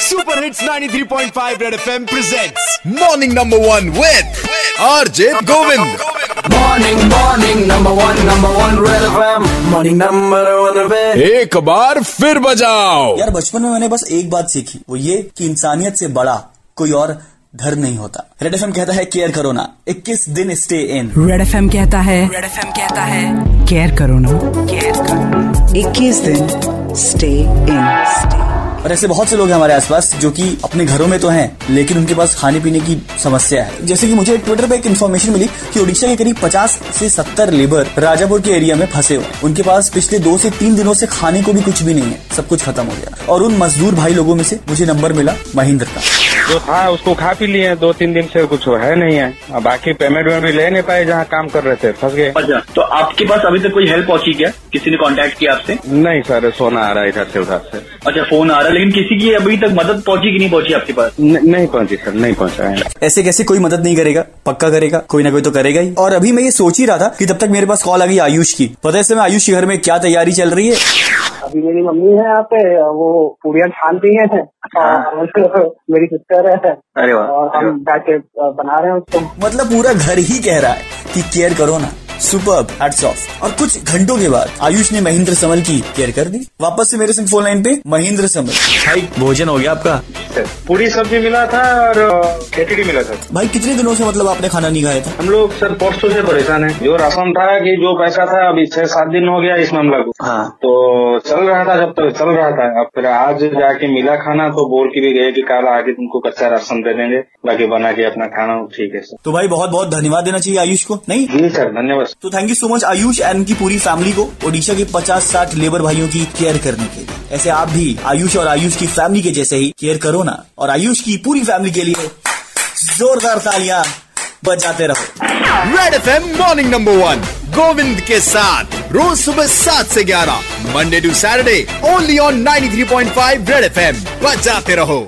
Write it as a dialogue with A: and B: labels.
A: Super hits 93.5 red FM presents morning number one with RJ Govind
B: Morning, morning, number one, number one, Red FM. Morning, number one, पे
A: एक बार फिर बजाओ
C: यार बचपन में मैंने बस एक बात सीखी वो ये कि इंसानियत से बड़ा कोई और धर नहीं होता रेड एफ कहता है केयर करो ना 21 दिन स्टे इन
D: रेड एफ कहता है रेड एफ कहता है केयर करो ना केयर करो इक्कीस दिन स्टे इन
C: और ऐसे बहुत से लोग हैं हमारे आसपास जो कि अपने घरों में तो हैं लेकिन उनके पास खाने पीने की समस्या है जैसे कि मुझे ट्विटर पे एक इन्फॉर्मेशन मिली कि उड़ीसा के करीब 50 से 70 लेबर राजापुर के एरिया में फंसे हुए हैं। उनके पास पिछले दो से तीन दिनों से खाने को भी कुछ भी नहीं है सब कुछ खत्म हो गया और उन मजदूर भाई लोगों में से मुझे नंबर मिला महेंद्र का
E: जो था तो हाँ, उसको खा पी लिए दो तीन दिन से कुछ है नहीं है अब बाकी पेमेंट में भी ले नहीं पाए जहाँ काम कर रहे थे फंस गए
F: अच्छा तो आपके पास अभी तक कोई हेल्प पहुंची क्या किसी ने कांटेक्ट किया आपसे
E: नहीं सर सोना आ रहा है इधर से उधर से
F: अच्छा फोन आ रहा है लेकिन किसी की अभी तक मदद पहुंची कि नहीं पहुंची आपके पास
E: न- नहीं पहुंची सर नहीं पहुंचा है
C: ऐसे कैसे कोई मदद नहीं करेगा पक्का करेगा कोई ना कोई तो करेगा ही और अभी मैं ये सोच ही रहा था कि तब तक मेरे पास कॉल आ गई आयुष की पता है इस समय आयुष के घर में क्या तैयारी चल रही है
G: अभी मेरी मम्मी है यहाँ पे वो पूड़ियाँ छान रही है और मेरी सिस्टर है
F: अरे वाह,
G: और
F: अरे
G: हम जाके अ, बना रहे हैं उसको
C: मतलब पूरा घर ही कह रहा है कि केयर करो ना सुपर हैट्स ऑफ और कुछ घंटों के बाद आयुष ने महेंद्र समल की केयर कर दी वापस से मेरे संग फोन लाइन पे महेंद्र समल भाई भोजन हो गया आपका
E: पूरी सब्जी मिला था और खिचड़ी मिला था
C: भाई कितने दिनों से मतलब आपने खाना नहीं खाया था
E: हम लोग सर परसों से परेशान है जो राशन था कि जो पैसा था अभी छह सात दिन हो गया इस मामला को
C: हाँ।
E: तो चल रहा था जब तक चल रहा था अब फिर आज जाके मिला खाना तो बोल के भी गए कि कल आके तुमको कच्चा राशन दे देंगे बाकी बना के अपना खाना ठीक है सर
C: तो भाई बहुत बहुत धन्यवाद देना चाहिए आयुष को नहीं
E: जी सर धन्यवाद
C: तो thank you so much Ayush and की पूरी फैमिली को ओडिशा के 50-60 लेबर भाइयों की केयर करने के लिए ऐसे आप भी आयुष और आयुष की फैमिली के जैसे ही केयर करो ना और आयुष की पूरी फैमिली के लिए जोरदार तालियां बजाते रहो
A: red FM morning number one Govind के साथ रोज सुबह सात से ग्यारह Monday to Saturday only on 93.5 red FM बजाते रहो